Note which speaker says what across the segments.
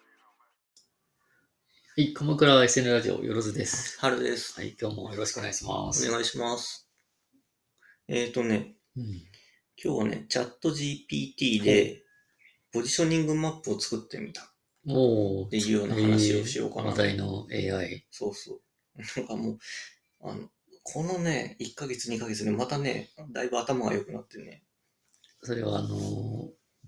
Speaker 1: はい、鎌倉 SN ラジオ、よろずです。
Speaker 2: 春です。
Speaker 1: はい、今日もよろしくお願いしま
Speaker 2: お
Speaker 1: す。
Speaker 2: 願いします。えっ、とね、
Speaker 1: うん、
Speaker 2: 今日はね、チャット GPT で、ポジショニングマップを作ってみたっ
Speaker 1: もう
Speaker 2: て、いうような話をしようかな。
Speaker 1: 話題の AI。
Speaker 2: そうそう。なんかもう、あの、このね、1ヶ月、2ヶ月でまたね、だいぶ頭が良くなってね、
Speaker 1: それは、あのー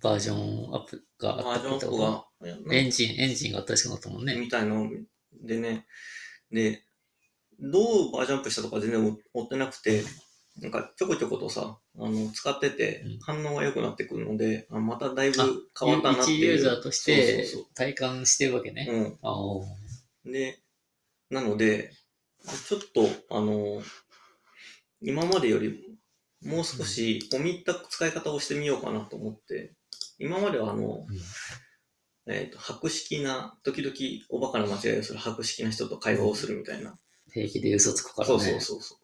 Speaker 1: バージョンアップがあ
Speaker 2: バ
Speaker 1: っ
Speaker 2: ージ
Speaker 1: た
Speaker 2: ョン
Speaker 1: って
Speaker 2: と
Speaker 1: こと
Speaker 2: か、
Speaker 1: エンジン、エンジンが新しくなったもんね。
Speaker 2: みたいのでね、で、どうバージョンアップしたとか全然追ってなくて、なんかちょこちょことさ、あの使ってて
Speaker 1: うん
Speaker 2: 反応が良くなってくるので、あまただいぶ
Speaker 1: あ
Speaker 2: 変わったなって
Speaker 1: 一ユ
Speaker 2: いう。
Speaker 1: ーザーとして
Speaker 2: そうそ
Speaker 1: 体感してるわけね。
Speaker 2: うそう
Speaker 1: あおー
Speaker 2: うん。で、なので、ちょっと、あの、今までよりもう少し込み入った使い方をしてみようかなと思って、今まではあの、
Speaker 1: うん
Speaker 2: えっ、と、白式な、時々おバカな間違いをする白式な人と会話をするみたいな、
Speaker 1: 平気で嘘つくから
Speaker 2: そ
Speaker 1: ね。
Speaker 2: うそうそうそ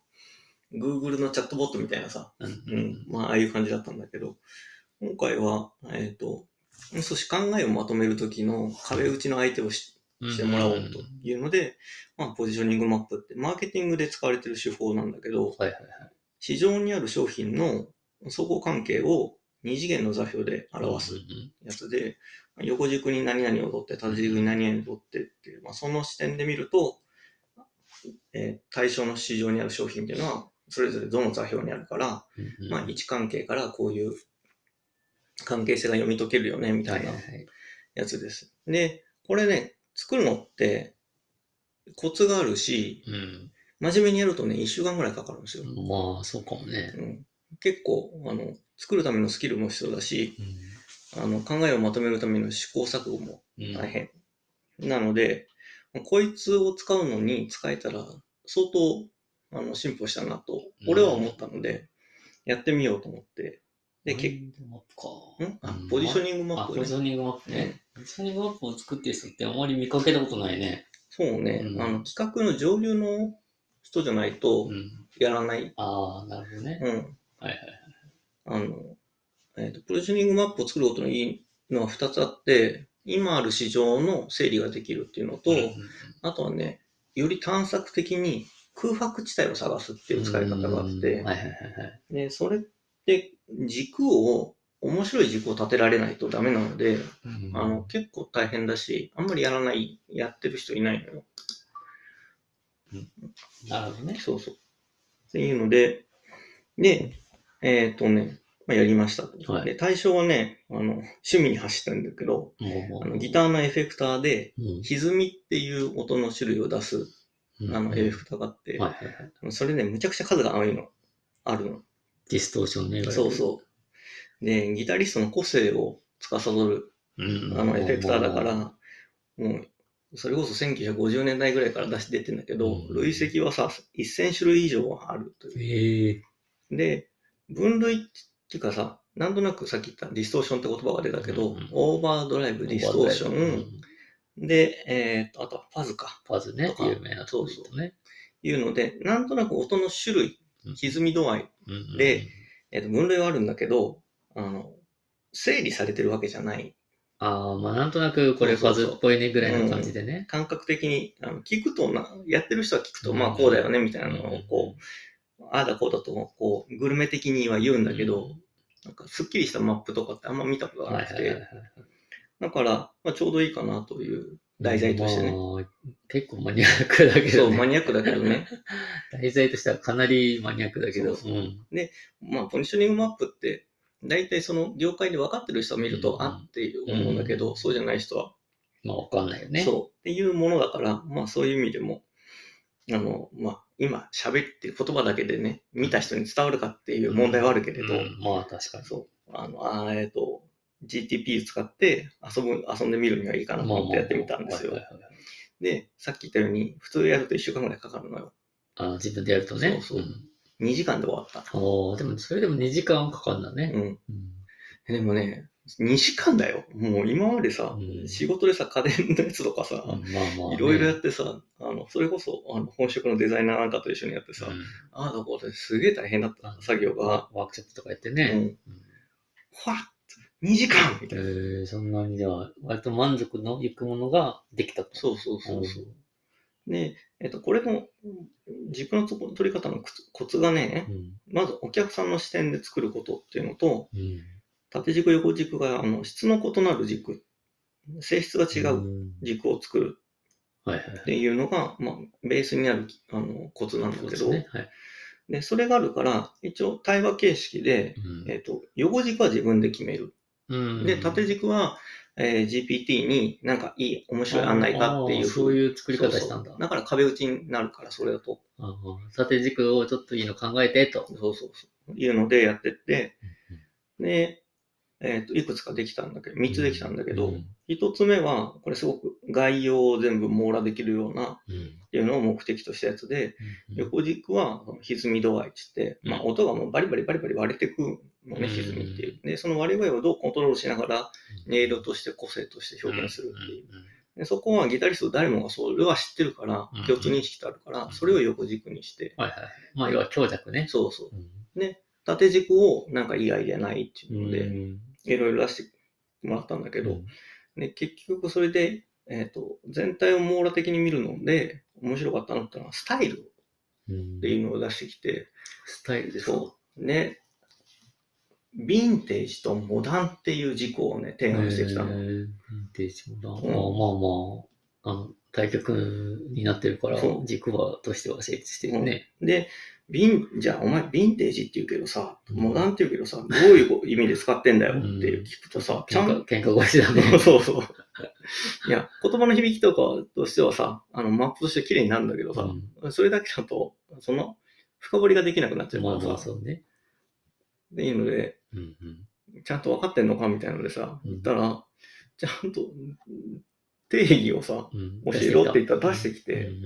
Speaker 2: う。Google のチャットボットみたいなさ、
Speaker 1: うん
Speaker 2: うん、まあ、ああいう感じだったんだけど、今回は、えっ、と、少し考えをまとめるときの壁打ちの相手をし
Speaker 1: うん
Speaker 2: してもらおうというので、まあ、ポジショニングマップって、マーケティングで使われてる手法なんだけど、
Speaker 1: はいはい
Speaker 2: 市場にある商品の相互関係を二次元の座標で
Speaker 1: はい。
Speaker 2: 表す
Speaker 1: うんうん
Speaker 2: やつで、横軸に何々を取って、縦軸に何々を取ってっていう、まあ、その視点で見ると、えー対象の市場にある商品っていうのは、それぞれどの座標にあるから、
Speaker 1: うんうん
Speaker 2: まあ、位置関係からこういう関係性が読み解けるよね、みたいな
Speaker 1: はいはいはい
Speaker 2: やつです。で、これね、作るのってコツがあるし、
Speaker 1: うん
Speaker 2: 真面目にやるとね、1週間ぐらいかかるんですよ。
Speaker 1: まあ、そうかもね。
Speaker 2: うん、結構あの、作るためのスキルも必要だし、あの考えをまとめるための試行錯誤も
Speaker 1: うん
Speaker 2: 大変。なので、こいつを使うのに使えたら相当あの進歩したなと、俺は思ったので、やってみようと思って。で、
Speaker 1: マ
Speaker 2: 結
Speaker 1: インドマッ
Speaker 2: ん
Speaker 1: プか。
Speaker 2: あポジショ
Speaker 1: ング
Speaker 2: ニングマ
Speaker 1: マッ
Speaker 2: ッ
Speaker 1: プ。
Speaker 2: プ
Speaker 1: ポジシ
Speaker 2: ね。
Speaker 1: ョニングマップね。ポジショニングマップを作ってる人ってあまり見かけたことないね。
Speaker 2: そうね、
Speaker 1: うん
Speaker 2: あの。企画の上流の人じゃないと
Speaker 1: うん。
Speaker 2: やらない。
Speaker 1: ああ、なるほどね。
Speaker 2: う
Speaker 1: は
Speaker 2: ん。
Speaker 1: いはい
Speaker 2: あの、えっ、と、ポジショニングマップを作ることのいいのは2つあって、今ある市場の整理ができるっていうのと、
Speaker 1: うん
Speaker 2: あとはね、より探索的に空白地帯を探すっていう使い方があっ
Speaker 1: う
Speaker 2: て
Speaker 1: ん、はいはいはいはい。
Speaker 2: で、それって軸を、面白い軸を立てられないとダメなので、
Speaker 1: うん
Speaker 2: あの、結構大変だし、あんまりやらない、やってる人いないのよ。
Speaker 1: なるほどね。
Speaker 2: そうそう。っていうので、で、えっ、とね、まあ、やりましたと。
Speaker 1: はい
Speaker 2: で、対象はね、あの、趣味に走ったんだけど、
Speaker 1: もう
Speaker 2: あのギ
Speaker 1: ー。
Speaker 2: ターのエフェクターで、
Speaker 1: うん
Speaker 2: 歪みっていう音の種類を出す、あの、エフェクターがあって、
Speaker 1: はいはいはい。
Speaker 2: それね、むちゃくちゃ数が多いの。あるの。
Speaker 1: ディストーションね。
Speaker 2: そうそう。で、ギタリストの個性を司る、
Speaker 1: う。うん。
Speaker 2: あの、エフェクターだか
Speaker 1: う
Speaker 2: ら
Speaker 1: ん、、
Speaker 2: もう、それこそ1950年代ぐらいから出して出てんだけど、
Speaker 1: うん
Speaker 2: 累積はさ、1000種類以上はあるという。
Speaker 1: ええ。
Speaker 2: で、分類っていうかさ、なんとなくさっき言ったディストーションって言葉が出たけど、
Speaker 1: うんうん
Speaker 2: オーバードライブ、ディストーション、
Speaker 1: うん。
Speaker 2: で、えっと、あとはファズか。
Speaker 1: パズね
Speaker 2: と。か
Speaker 1: 有名なとこ行ったね。
Speaker 2: いうので、なんとなく音の種類、
Speaker 1: うん
Speaker 2: 歪み度合い
Speaker 1: うん
Speaker 2: で、えっと、分類はあるんだけど、あの、整理されてるわけじゃない。
Speaker 1: ああ、まあなんとなくこれ
Speaker 2: そ
Speaker 1: パ
Speaker 2: うそう
Speaker 1: ズ
Speaker 2: そう
Speaker 1: っぽいねぐらいの感じでね。
Speaker 2: 感覚的に、あの聞くとな、やってる人は聞くと、
Speaker 1: うん
Speaker 2: まあこうだよね、みたいなのをこう、ああだこうだと、こう、グルメ的には言うんだけど、なんかすっきりしたマップとかってあんま見たこ
Speaker 1: う
Speaker 2: と
Speaker 1: ん、
Speaker 2: が
Speaker 1: は
Speaker 2: ないく
Speaker 1: はいはい
Speaker 2: て、
Speaker 1: はい。
Speaker 2: だから、まあちょうどいいかなという題材としてね。
Speaker 1: まあ結構マニアックだけ
Speaker 2: そ
Speaker 1: ど
Speaker 2: う、
Speaker 1: ね。
Speaker 2: マニアックだけどね。
Speaker 1: 題材としてはかなりマニアックだけど。
Speaker 2: そうそ
Speaker 1: ん
Speaker 2: まあ、ポジショニングマップって、大体その業界で分かってる人を見る
Speaker 1: う
Speaker 2: と、
Speaker 1: ん
Speaker 2: あって思うんだけど、そうじゃない人は
Speaker 1: まあわかんないよね。
Speaker 2: そう。っていうものだから、まあそういう意味でも、あの、まあ今喋ってる言葉だけでね、見た人に伝わるかっていう問題はあるけれど、
Speaker 1: うんまあ確かに。
Speaker 2: そう。あの、あーえっ、と、GTP 使って遊ぶ、遊んでみるにはいいかなと
Speaker 1: まあ
Speaker 2: 思ってやってみたんですよ
Speaker 1: はい。はいはい
Speaker 2: で、さっき言ったように、普通やると1週間ぐらいかかるのよ。
Speaker 1: あ自分でやるとね。
Speaker 2: そうそうん2時間で終わった。
Speaker 1: おーでもそれでも2時間かかるんだね。
Speaker 2: うん。
Speaker 1: うん
Speaker 2: でもね、 2時間だよ。もう今までさ、
Speaker 1: うん
Speaker 2: 仕事でさ、家電のやつとかさ、
Speaker 1: うんまあまあね、
Speaker 2: いろいろやってさ、あの、それこそ、あの、本職のデザイナーなんかと一緒にやってさ、
Speaker 1: うん
Speaker 2: ああ、どこですげえ大変だった作業が、
Speaker 1: ワークショップとかやって
Speaker 2: う
Speaker 1: ね。
Speaker 2: ん、ほら、2時間みた
Speaker 1: え
Speaker 2: いな。
Speaker 1: ーそんなにでは、割と満足のいくものができたと。
Speaker 2: そうそうそうそう。
Speaker 1: う
Speaker 2: で、えっと、これの軸のとこ取り方のコツコツがね、
Speaker 1: ん。
Speaker 2: まずお客さんの視点で作ることっていうのと、
Speaker 1: うん。。
Speaker 2: 縦軸横軸があの質の異なる軸、性質が違ううん軸を作る
Speaker 1: はいはいは
Speaker 2: っ
Speaker 1: い。
Speaker 2: ていうのが、まあ、ベースになるあのコツなんだ
Speaker 1: そう
Speaker 2: け
Speaker 1: です
Speaker 2: ど、
Speaker 1: ね。はい。
Speaker 2: で、それがあるから、一応対話形式で、えっと、横軸は自分で決める。
Speaker 1: うん
Speaker 2: で、縦軸は、えー GPT になんかいい、面白い案内かってい
Speaker 1: あ
Speaker 2: う
Speaker 1: ーそういう作り方したん
Speaker 2: そう
Speaker 1: だ
Speaker 2: そう。だから壁打ちになるから、それだと。
Speaker 1: あー縦軸をちょっといいの考えてと。
Speaker 2: そうそうそう。いうのでやってって、で、えっ、と、いくつかできたんだけど、3つできたんだけ
Speaker 1: う
Speaker 2: ど、
Speaker 1: ん
Speaker 2: 一1つ目は、これすごく概要を全部網羅できるような、
Speaker 1: うん
Speaker 2: っていうのを目的としたやつで、
Speaker 1: うん
Speaker 2: 横軸はその歪み度合いっつって、まあ
Speaker 1: うん
Speaker 2: 音がもうバリバリバリバリ割れてくのね、
Speaker 1: うん
Speaker 2: 歪みっていう。で、その割れ具合をどうコントロールしながら、音色として個性として表現するっていう。でそこはギタリスト誰もがそれは知ってるから
Speaker 1: うん、
Speaker 2: 共通認識があるから、それを横軸にして、
Speaker 1: はいはい。まあ、要は強弱ね。
Speaker 2: そうそう。
Speaker 1: うん
Speaker 2: 縦軸をなんかいいアイデアないっていうので、
Speaker 1: うん
Speaker 2: いろいろ出してもらったんだけど、
Speaker 1: うん
Speaker 2: で結局それで、えっと全体を網羅的に見るので面白かったのってのはスタイル
Speaker 1: うん
Speaker 2: っていうのを出してきて、
Speaker 1: スタイルですか
Speaker 2: そうねヴィンテージとモダンっていう軸をね提案してきた
Speaker 1: え
Speaker 2: の、
Speaker 1: ーヴィンテージもな、
Speaker 2: うん
Speaker 1: まあまあまあ、あの、対局になってるから
Speaker 2: そ、う
Speaker 1: 軸はとしては成立してるね。
Speaker 2: でヴィンじゃあお前ヴィンテージって言うけどさ
Speaker 1: うん
Speaker 2: モダンって言うけどさどういう意味で使ってんだよって
Speaker 1: うん
Speaker 2: 聞くとさ、ちゃ
Speaker 1: 喧
Speaker 2: ん
Speaker 1: 嘩、喧嘩越しだね。
Speaker 2: そうそう。いや、言葉の響きとかとしてはさ、あの、マップとして綺麗になるんだけどさ、 それだけだと、その、深掘りができなくなっちゃ
Speaker 1: うん
Speaker 2: う
Speaker 1: ま
Speaker 2: か
Speaker 1: あま
Speaker 2: ら
Speaker 1: あ、
Speaker 2: さ、
Speaker 1: そうね。
Speaker 2: でいいので、
Speaker 1: うんうん
Speaker 2: ちゃんと分かってんのかみたいのでさ、
Speaker 1: うん
Speaker 2: 言ったら、ちゃんと、定義をさ、
Speaker 1: うん
Speaker 2: 教えろって言ったら出してきて
Speaker 1: うん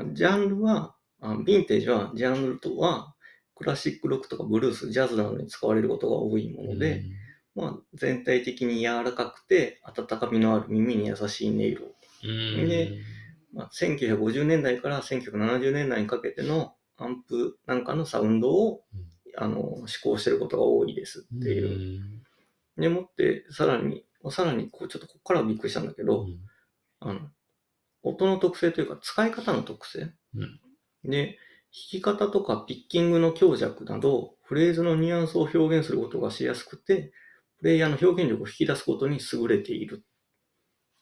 Speaker 1: うんうん
Speaker 2: ジャンルは、あヴィンテージは、ジャンルとは、クラシックロックとかブルース、ジャズなどに使われることが多いもので、、まあ、全体的に柔らかくて、温かみのある耳に優しい音色
Speaker 1: うん
Speaker 2: でまあ、1950年代から1970年代にかけてのアンプなんかのサウンドを、
Speaker 1: うん
Speaker 2: あの試行してることが多いですっていう。
Speaker 1: うん
Speaker 2: でもってさらにさらにこうちょっとここからはびっくりしたんだけど、
Speaker 1: うん
Speaker 2: あの音の特性というか使い方の特性、
Speaker 1: うん
Speaker 2: で弾き方とかピッキングの強弱などフレーズのニュアンスを表現することがしやすくてプレイヤーの表現力を引き出すことに優れている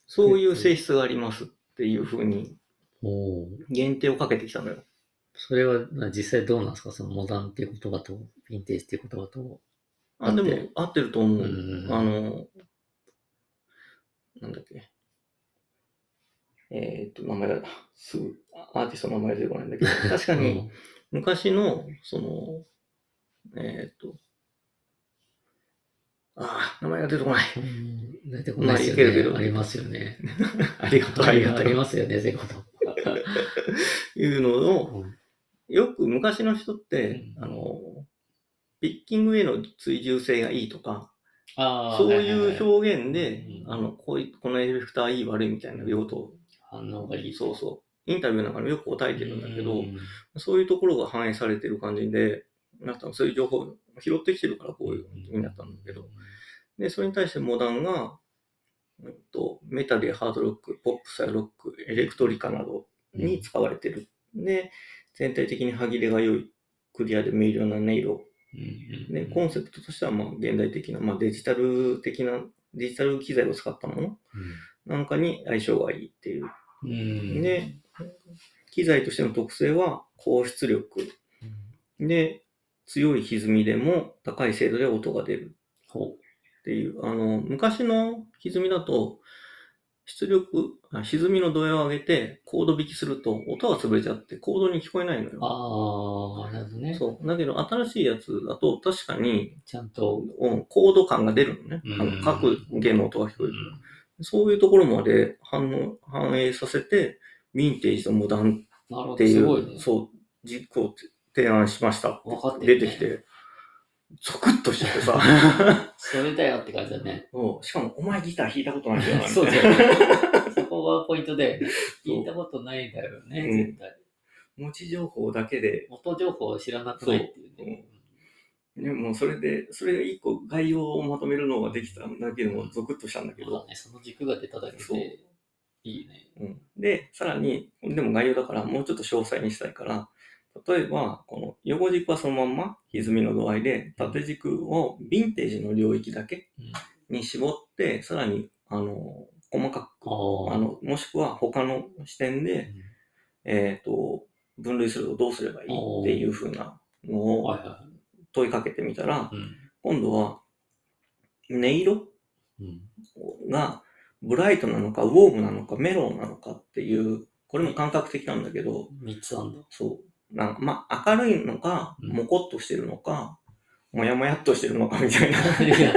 Speaker 2: そういう性質がありますっていうふうに
Speaker 1: おー
Speaker 2: 限定をかけてきたのよ。
Speaker 1: それはまあ実際どうなんですかそのモダンっていう言葉と、ヴィンテージっていう言葉と。
Speaker 2: あ、で
Speaker 1: 合
Speaker 2: も
Speaker 1: ってる
Speaker 2: 合ってると思う。
Speaker 1: うん
Speaker 2: あの、なんだっけ。えーっと、名前が、すぐ、アーティストの名前出てこないんだけど、確か
Speaker 1: う
Speaker 2: に、
Speaker 1: ん
Speaker 2: 昔の、その、えーっと、あー、名前が出てこ ない。
Speaker 1: うん出てこないですよね
Speaker 2: まあいけるけど
Speaker 1: ありますよね。
Speaker 2: ありがとう、
Speaker 1: あ
Speaker 2: あ
Speaker 1: り
Speaker 2: り
Speaker 1: がと
Speaker 2: がと
Speaker 1: う。あり
Speaker 2: う。
Speaker 1: ますよね、そういうこと。
Speaker 2: いうのを、
Speaker 1: うん
Speaker 2: よく昔の人って、
Speaker 1: うん
Speaker 2: あの、ピッキングへの追従性がいいとか、
Speaker 1: あー
Speaker 2: そう
Speaker 1: はいはい
Speaker 2: い
Speaker 1: は
Speaker 2: う表現で
Speaker 1: う、ん
Speaker 2: あの、こういこのエフェクターいい悪いみたいな用途を、
Speaker 1: 反応がいい。
Speaker 2: そうそう、インタビューなんかにもよく答えてるんだけ
Speaker 1: う
Speaker 2: ど、
Speaker 1: ん
Speaker 2: そういうところが反映されてる感じで、なんかそういう情報を拾ってきてるからこういう風になったんだけど、で、それに対してモダンが、うんと、メタルやハードロック、ポップスやロック、エレクトリカなど
Speaker 1: うん
Speaker 2: に使われてる。で、全体的に歯切れが良い、クリアで明瞭な音色
Speaker 1: うん
Speaker 2: ね、コンセプトとしてはまあ現代的な、まあ、デジタル的なデジタル機材を使ったものなんかに相性がいいっていう、
Speaker 1: うん
Speaker 2: で機材としての特性は高出力で強い歪みでも高い精度で音が出る
Speaker 1: ほ
Speaker 2: っていうあの昔の歪みだと出力あ歪みの度合いを上げてコード弾きすると音が潰れちゃってコードに聞こえないの
Speaker 1: う
Speaker 2: よ
Speaker 1: ああ、なるほどね。
Speaker 2: そうだけど新しいやつだと確かに
Speaker 1: ちゃんと。
Speaker 2: うんコード感が出るのね。あ
Speaker 1: うん
Speaker 2: の各弦の音が聞こえ
Speaker 1: う
Speaker 2: る。
Speaker 1: ん
Speaker 2: そういうところまで反応反映させて、ヴィンテージとモダン
Speaker 1: なるほ
Speaker 2: って
Speaker 1: ど、
Speaker 2: い
Speaker 1: す
Speaker 2: う、
Speaker 1: ごいね。
Speaker 2: そう、軸を提案しました
Speaker 1: 分かって
Speaker 2: 出
Speaker 1: るね
Speaker 2: てきて、ゾクッとしちゃっ てさ。
Speaker 1: それだよって感じだね。
Speaker 2: そうしかも、お前ギター弾いたことないけどな、みた
Speaker 1: そ
Speaker 2: いうな
Speaker 1: だ。よね。 そこがポイントで、聞いたことないだよね、
Speaker 2: うん
Speaker 1: 絶対。
Speaker 2: 持ち情報だけで、
Speaker 1: 元情報を知らなくないっていうね。
Speaker 2: ね、もうそれで、それ一個概要をまとめるのができただけでもゾクッとしたんだけ
Speaker 1: ま
Speaker 2: ど
Speaker 1: あ、ね、その軸が出ただけ
Speaker 2: そう
Speaker 1: で、いいね。
Speaker 2: うん、で、さらに、でも概要だからもうちょっと詳細にしたいから、例えば、この横軸はそのまんま歪みの度合いで、縦軸をヴィンテージの領域だけ
Speaker 1: うん
Speaker 2: に絞って、さらに、あの、細かく、あ
Speaker 1: ああ。
Speaker 2: の、もしくは他の視点で、えっ、と、分類するとどうすればいいっていう風な
Speaker 1: う
Speaker 2: の
Speaker 1: ん
Speaker 2: を
Speaker 1: はいは
Speaker 2: 問いかけてみたら、
Speaker 1: い。うん
Speaker 2: 今度は、音色
Speaker 1: うん
Speaker 2: がブライトなのか、ウォームなのか、メロウなのかっていう、これも感覚的なんだけど、
Speaker 1: 三つあんだ。
Speaker 2: そう。なんかまあ、明るいのか、
Speaker 1: うん
Speaker 2: もこっとしてるのか、もやもやっとしてるのかみ た いな。
Speaker 1: いや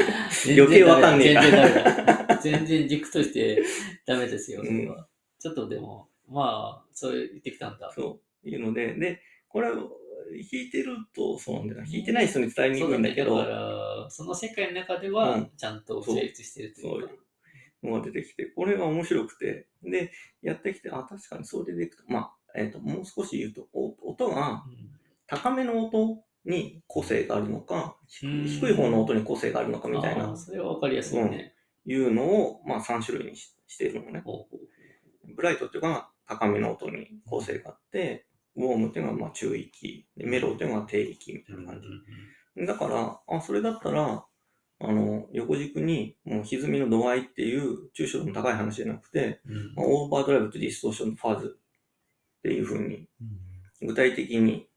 Speaker 2: 余計わかんねえな
Speaker 1: 全然ダメだ。全然軸としてダメですよ、それは。ちょっとでも、まあ、そう言ってきたんだ。
Speaker 2: そう。いうので、で、これを弾いてると、そうなんだよな。弾いてない人に伝えにくいんだけ
Speaker 1: そ
Speaker 2: ど、
Speaker 1: うだねから、その世界の中で
Speaker 2: う
Speaker 1: は
Speaker 2: ん、
Speaker 1: ちゃんと成立してるとい
Speaker 2: そうう
Speaker 1: か。
Speaker 2: いうのが出てきて、これが面白くて、で、やってきて、あ、確かにそれでいくと、まあ、えっ、と、もう少し言うと、お音が高めの音に個性があるのか、低
Speaker 1: うん
Speaker 2: い低い方の音に個性があるのか
Speaker 1: うん
Speaker 2: みたい
Speaker 1: あ
Speaker 2: な
Speaker 1: ー、それはわかりやすいね。
Speaker 2: いうのを、まあ、3種類にししているのね。
Speaker 1: ほうほ
Speaker 2: ブライトっていうのが高めの音に構成があって、ウォームっていうのがまあ中域、でメロウっていうのが低域みたいうな感じ。だから、あ、それだったら、あの、横軸に、もう歪みの度合いっていう抽象度の高い話じゃなくて、
Speaker 1: うんうん
Speaker 2: まあオーバードライブとディストーションのファーズっていう風に具体的に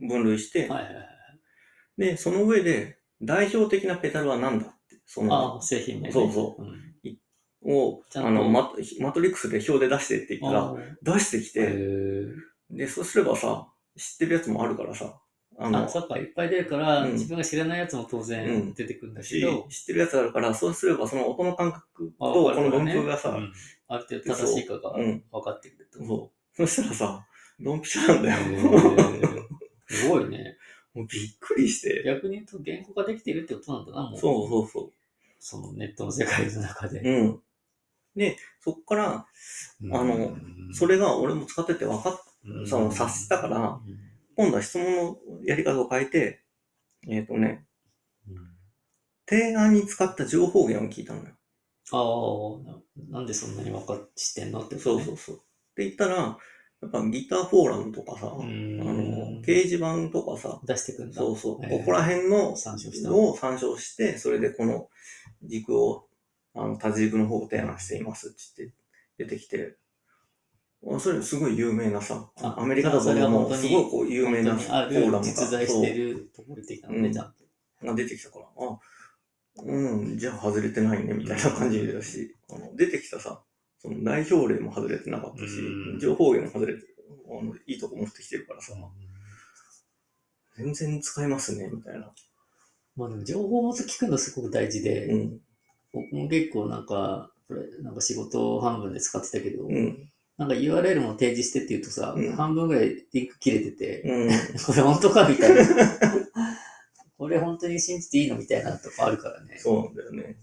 Speaker 2: 分類して、
Speaker 1: はいはいはい。
Speaker 2: で、その上で代表的なペダルは何だって、そ
Speaker 1: あ
Speaker 2: の
Speaker 1: あ、、製品名ね。
Speaker 2: そうそ
Speaker 1: うん。
Speaker 2: を、
Speaker 1: ちゃんと
Speaker 2: あのマ、マトリックスで表で出してって言ったら、
Speaker 1: あー
Speaker 2: 出してき
Speaker 1: へ
Speaker 2: て、
Speaker 1: ー
Speaker 2: で、そうすればさ、知ってるやつもあるからさ、あの、
Speaker 1: あ、そっか、いっぱい出るから、
Speaker 2: うん
Speaker 1: 自分が知らないやつも当
Speaker 2: う
Speaker 1: 然
Speaker 2: ん
Speaker 1: 出てくるんだけ
Speaker 2: し
Speaker 1: ど、
Speaker 2: 知ってるやつあるから、そうすればその音の感覚
Speaker 1: あ
Speaker 2: と
Speaker 1: わ
Speaker 2: こ
Speaker 1: かる
Speaker 2: の
Speaker 1: わ
Speaker 2: 分
Speaker 1: ね
Speaker 2: 布がさ
Speaker 1: う、んある程度正しいかが
Speaker 2: うん
Speaker 1: 分かってくると。
Speaker 2: そう。そしたらさ、ドンピシャなんだ
Speaker 1: へ
Speaker 2: よ。
Speaker 1: ーすごいね。
Speaker 2: もうびっくりして。
Speaker 1: 逆に言うと言語化できてるってことなんだな、もう。
Speaker 2: そうそうそ
Speaker 1: そのネットの世界の中
Speaker 2: う。
Speaker 1: で。
Speaker 2: うん。で、そっから、あの
Speaker 1: うん
Speaker 2: それが俺も使ってて分かっ、
Speaker 1: うん
Speaker 2: その察したから
Speaker 1: うん
Speaker 2: 今度は質問のやり方を変えて、えっ、とね、提案に使った情報源を聞いたのよ。
Speaker 1: ああ、ななんでそんなに分かっ知ってんのってこと
Speaker 2: そう
Speaker 1: ね。
Speaker 2: そうそう。って言ったら、やっぱギターフォーラムとかさ、
Speaker 1: う
Speaker 2: あ
Speaker 1: ん
Speaker 2: の、掲示板とかさ、
Speaker 1: 出してくんだ。
Speaker 2: そうそう。
Speaker 1: えー
Speaker 2: ここら辺の
Speaker 1: 参照した
Speaker 2: を参照して、それでこの軸を、あの、多軸の方を提案していますって言って出てきて、あそれすごい有名なさ、
Speaker 1: あ
Speaker 2: アメリカだと
Speaker 1: それは
Speaker 2: も
Speaker 1: 本
Speaker 2: う
Speaker 1: 当に
Speaker 2: すごいこう有名な
Speaker 1: 本
Speaker 2: フ
Speaker 1: 当にあ
Speaker 2: ォ
Speaker 1: る
Speaker 2: ーラムが
Speaker 1: 実在してるところ的なの
Speaker 2: う
Speaker 1: ね、
Speaker 2: ん
Speaker 1: ちゃんと。
Speaker 2: そうが出てきたから、あ、うん、じゃあ外れてないねみたいな感じだし、あの出てきたさ、その代表例も外れてなかったし
Speaker 1: うん、
Speaker 2: 情報源も外れて、あのいいとこ持ってきてるからさ、全然使えますね、みたいな。
Speaker 1: まあでも情報を聞くのすごく大事で、
Speaker 2: うん。
Speaker 1: 僕も結構なんか、これなんか仕事半分で使ってたけど、
Speaker 2: うん。
Speaker 1: なんか URL も提示してって言うとさ、
Speaker 2: うん
Speaker 1: 半分ぐらいリンク切れてて、
Speaker 2: うん。
Speaker 1: これ本当かみたいな。これ本当に信じていいのみたいなとこあるからね。
Speaker 2: そうなんだよね。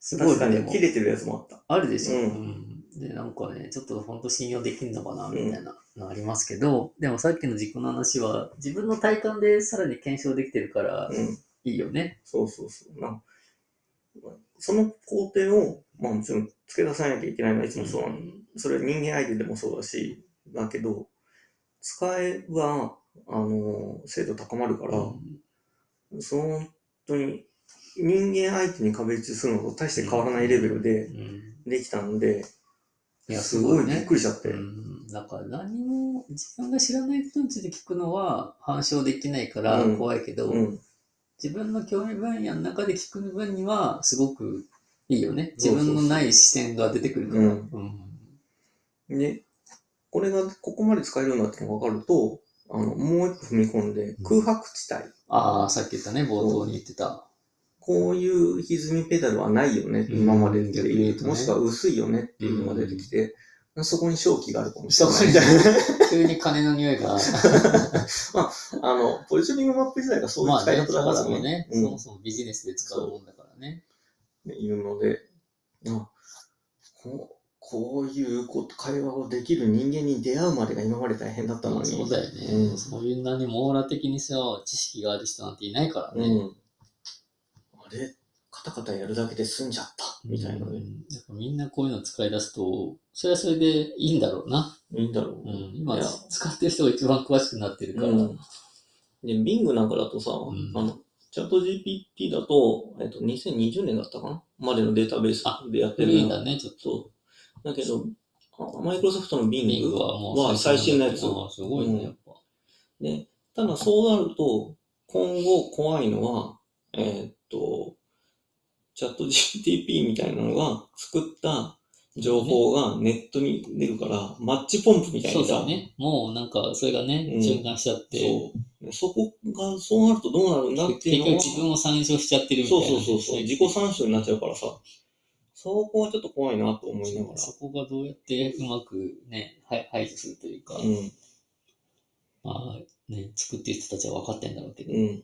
Speaker 1: すごい
Speaker 2: 確か
Speaker 1: ね、で
Speaker 2: に
Speaker 1: も
Speaker 2: 切。れてるやつもあった。
Speaker 1: あるでしょ、
Speaker 2: うん
Speaker 1: うんで、なんかね、ちょっと本当信用できんのかなみたいなのありますけど、でもさっきの自己の話は、自分の体感でさらに検証できてるから、
Speaker 2: うん。
Speaker 1: いいよね。
Speaker 2: そうそうそう。なその工程を、まあもちろん付け出さなきゃいけないのはいつもそうなの。それは人間相手でもそうだし、だけど、使えば、あの、精度高まるから、その本当に人間相手に壁打ちするのと大して変わらないレベル
Speaker 1: う
Speaker 2: で
Speaker 1: んうん
Speaker 2: できたので、
Speaker 1: いや
Speaker 2: すごいびっ
Speaker 1: ね
Speaker 2: くりしちゃって。
Speaker 1: うんだから何も自分が知らないことについて聞くのは反証できないから
Speaker 2: うん
Speaker 1: 怖いけど、
Speaker 2: うん。
Speaker 1: 自分の興味分野の中で聞く分にはすごくいいよね。
Speaker 2: そう
Speaker 1: 自
Speaker 2: そうそう
Speaker 1: 分のない視点が出てくるから。
Speaker 2: うん
Speaker 1: うん
Speaker 2: ね、これがここまで使えるんだってのが分かると、あの、もう一歩踏み込んで、空白地帯。
Speaker 1: ああ、さっき言ったね、冒頭に言ってた。
Speaker 2: こういう歪みペダルはないよね、
Speaker 1: うん
Speaker 2: 今までって
Speaker 1: 逆に言う
Speaker 2: い
Speaker 1: と
Speaker 2: う、
Speaker 1: ね
Speaker 2: もしくは薄いよねっていうのが出てきて、そこに正気があるかもし
Speaker 1: そ
Speaker 2: れ
Speaker 1: こ
Speaker 2: ない。
Speaker 1: に、急に金の匂い が。
Speaker 2: あの、ポジショニングマップ自体がそういう
Speaker 1: まあ
Speaker 2: 使い
Speaker 1: ね、
Speaker 2: 方だ
Speaker 1: そ
Speaker 2: か
Speaker 1: も
Speaker 2: ら
Speaker 1: そも
Speaker 2: ね。
Speaker 1: ね、
Speaker 2: うん
Speaker 1: そもそもビジネスで使うもんだからね。
Speaker 2: ねいるので、あこうこういうこと会話をできる人間に出会うまでが今まで大変だったのに。
Speaker 1: そうだよね。
Speaker 2: うん
Speaker 1: そういうなに網羅的にさ、知識がある人なんていないからね。
Speaker 2: うん。あれ、カタカタやるだけで済んじゃった、みたいな
Speaker 1: う
Speaker 2: ね。
Speaker 1: んやっぱみんなこういうの使い出すと、それはそれでいいんだろうな。
Speaker 2: いいんだろう。
Speaker 1: うん、今
Speaker 2: いや
Speaker 1: 使ってる人が一番詳しくなってるから。
Speaker 2: うんで、ビングなんかだとさ、
Speaker 1: ん
Speaker 2: あの、チャット GPT だと、えっと、2020年だったかなまでのデータベース
Speaker 1: あ
Speaker 2: でやって
Speaker 1: 古い
Speaker 2: る
Speaker 1: ん
Speaker 2: の
Speaker 1: だね、ちょっと。
Speaker 2: そう。だけど、あマイクロソフトのビ
Speaker 1: リン
Speaker 2: ン
Speaker 1: グ
Speaker 2: グ
Speaker 1: はもう
Speaker 2: は最新のやつ。
Speaker 1: ああすごいね、やっぱ。
Speaker 2: ね、ただそうなると、今後怖いのは、えーっと、チャット GTP みたいなのが作った情報がネットに出るから、マッチポンプみたい
Speaker 1: そ
Speaker 2: に
Speaker 1: う
Speaker 2: さ、
Speaker 1: だね。もうなんか、それがね
Speaker 2: うん、
Speaker 1: 循環しちゃって、
Speaker 2: そうねそこが、そうなるとどうなるんだっ
Speaker 1: 結
Speaker 2: ていう
Speaker 1: 局
Speaker 2: のは、
Speaker 1: 自分を参照しちゃってるみたい
Speaker 2: そう
Speaker 1: な。
Speaker 2: そうそうそう、自己参照になっちゃうからさ、そこはちょっと怖いなと思いなが
Speaker 1: そ
Speaker 2: ら。
Speaker 1: こがどうやってうまくね、はい排除するというか、
Speaker 2: うん、
Speaker 1: まあね、作ってる人たちは分かってんだろうけど、
Speaker 2: うん。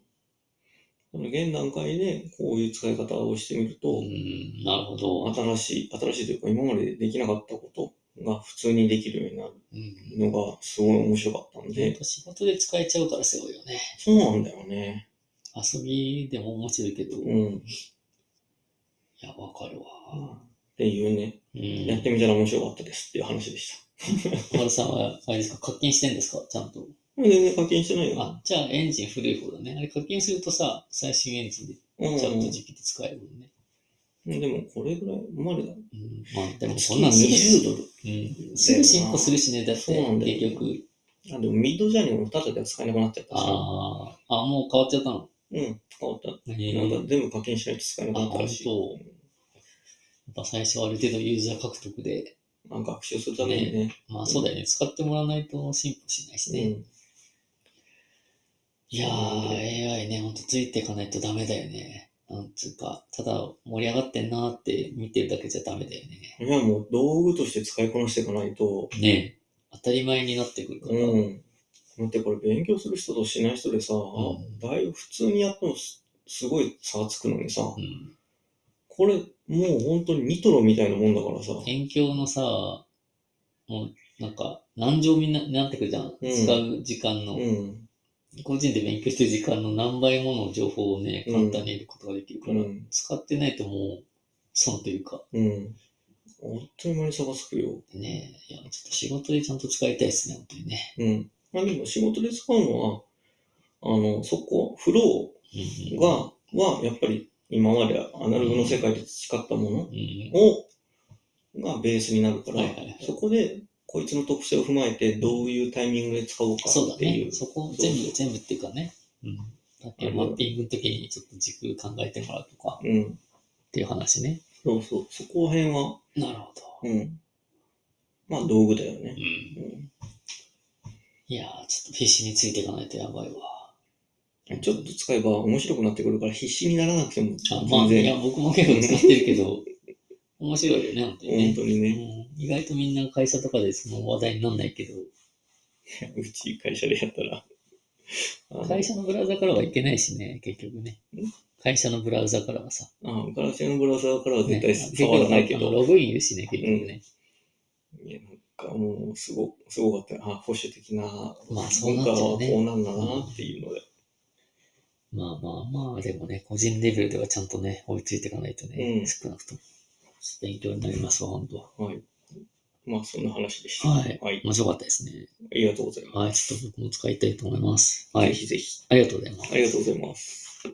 Speaker 2: この現段階でこういう使い方をしてみると、
Speaker 1: うん、なるほど。
Speaker 2: 新しい、新しいというか、今までできなかったことが普通にできるようにな
Speaker 1: うん、
Speaker 2: るのがすごい面白かったん
Speaker 1: なん
Speaker 2: で、
Speaker 1: か仕事で使えちゃうからすごいよね。
Speaker 2: そうなんだよね。
Speaker 1: 遊びでも面白いけど、
Speaker 2: う
Speaker 1: い
Speaker 2: ん。
Speaker 1: や、分かるわ。
Speaker 2: っていうね、
Speaker 1: う
Speaker 2: やっ
Speaker 1: ん。
Speaker 2: てみたら面白かったですっていう話でした。
Speaker 1: ハルさんは、あれですか、課金してんですかちゃんと。
Speaker 2: 全然課金してないよ。
Speaker 1: あ、じゃあエンジン古い方だね。あれ課金するとさ、最新エンジンで
Speaker 2: うん。
Speaker 1: チャット GPT 使えるもんね。
Speaker 2: でも、これぐらいまでだ。
Speaker 1: うん、まあ、でも
Speaker 2: 月
Speaker 1: そんなんすぐ
Speaker 2: 20ドル。
Speaker 1: うん、すぐ進歩するしね、だって、
Speaker 2: そうなんだよ
Speaker 1: 結局。
Speaker 2: あ、でも、ミッドジャーニーもただでは使えなくなっちゃったし。
Speaker 1: あーあ、もう変わっちゃったの。
Speaker 2: うん。変わった。
Speaker 1: え
Speaker 2: な
Speaker 1: ー、
Speaker 2: ん
Speaker 1: や
Speaker 2: か
Speaker 1: っ
Speaker 2: 全部課金しないと使えなくなったらしい。
Speaker 1: あ本ぱ最初はある程度ユーザー獲得で、
Speaker 2: まあ、学習するためにね。
Speaker 1: まあそうだよね、使ってもらわないと進歩しないしね。
Speaker 2: うん。
Speaker 1: いやー、AI ね、ほんとついていかないとダメだよね。なんつうか、ただ盛り上がってんなーって見てるだけじゃダメだよね。
Speaker 2: いや、もう道具として使いこなしていかないと、
Speaker 1: ねえ当たり前になってくるから。
Speaker 2: うん。だってこれ勉強する人としない人でさ、
Speaker 1: ん
Speaker 2: だいぶ普通にやってもすすごい差がつくのにさ、
Speaker 1: うん
Speaker 2: これもう本当にニトロみたいなもんだからさ、
Speaker 1: 勉強のさ、もうなんか、何乗みんなになってくるじゃん。
Speaker 2: うん
Speaker 1: 使う時間の。
Speaker 2: うん。
Speaker 1: 個人で勉強してる時間の何倍もの情報をね、
Speaker 2: うん
Speaker 1: 簡単に得ることができるから、
Speaker 2: うん
Speaker 1: 使ってないともう、損というか、
Speaker 2: うん。あっという間に差がつくよ。
Speaker 1: ね、いや、ちょっと仕事でちゃんと使いたいですね、本当にね。
Speaker 2: うん。まあでも仕事で使うのは、あの、そこ、フロ
Speaker 1: うん
Speaker 2: ーが、はやっぱり今までアナログの世界で培ったもの
Speaker 1: うん。
Speaker 2: を、がベースになるから、
Speaker 1: はいはいはい
Speaker 2: そこでこいつの特性を踏まえてどういうタイミングで使おうか
Speaker 1: そうだ
Speaker 2: ってい
Speaker 1: ね
Speaker 2: う。。
Speaker 1: そこを
Speaker 2: そう
Speaker 1: 全部、全部っていうかね。うん。だけどマッピングの時にちょっと軸考えてもらうとか
Speaker 2: うん。
Speaker 1: っていう話ね。
Speaker 2: そうそう、そこら辺は、
Speaker 1: なるほど。
Speaker 2: うん。まあ道具だよ
Speaker 1: う
Speaker 2: ね。
Speaker 1: ん。
Speaker 2: う
Speaker 1: いやー、ちょっと必死についていかないとやばいわ。
Speaker 2: ん、ちょっと使えば面白くなってくるから必死にならなくても
Speaker 1: あまあ、
Speaker 2: 全
Speaker 1: いや、
Speaker 2: 然、
Speaker 1: 僕も結構使ってるけど、面白いよね、本当にね
Speaker 2: 本。当にね、
Speaker 1: うん意外とみんな会社とかでその話題にならないけど、
Speaker 2: うち会社でやったら。あの
Speaker 1: 会社のブラウザからはいけないしね、結局ね
Speaker 2: ん。
Speaker 1: 会社のブラウザからはさ。
Speaker 2: あガラス用のブラウザーからは
Speaker 1: ね
Speaker 2: 絶対触らないけ
Speaker 1: あの
Speaker 2: ど、
Speaker 1: ログインいるしね、結局ね。
Speaker 2: いやなんかもうすごすごかったよあ保守的な
Speaker 1: あそうな
Speaker 2: 文
Speaker 1: っ
Speaker 2: 化
Speaker 1: ちゃ
Speaker 2: は
Speaker 1: う
Speaker 2: こ
Speaker 1: ね
Speaker 2: うなんだなっていうので、
Speaker 1: まあまあまあ、でもね、個人レベルではちゃんとね、追いついていかないとね、
Speaker 2: うん
Speaker 1: 少なくとも。勉強になりますわ、本当は。
Speaker 2: はい。まあそんな話でした。
Speaker 1: はい
Speaker 2: はい、
Speaker 1: 面白かったですね。
Speaker 2: ありがとうございま
Speaker 1: はい、ちょっと僕も使いたいと思います。
Speaker 2: す。
Speaker 1: は
Speaker 2: ぜ
Speaker 1: い、
Speaker 2: ひぜひ。
Speaker 1: ありがとうございます
Speaker 2: あ。りがとうございます。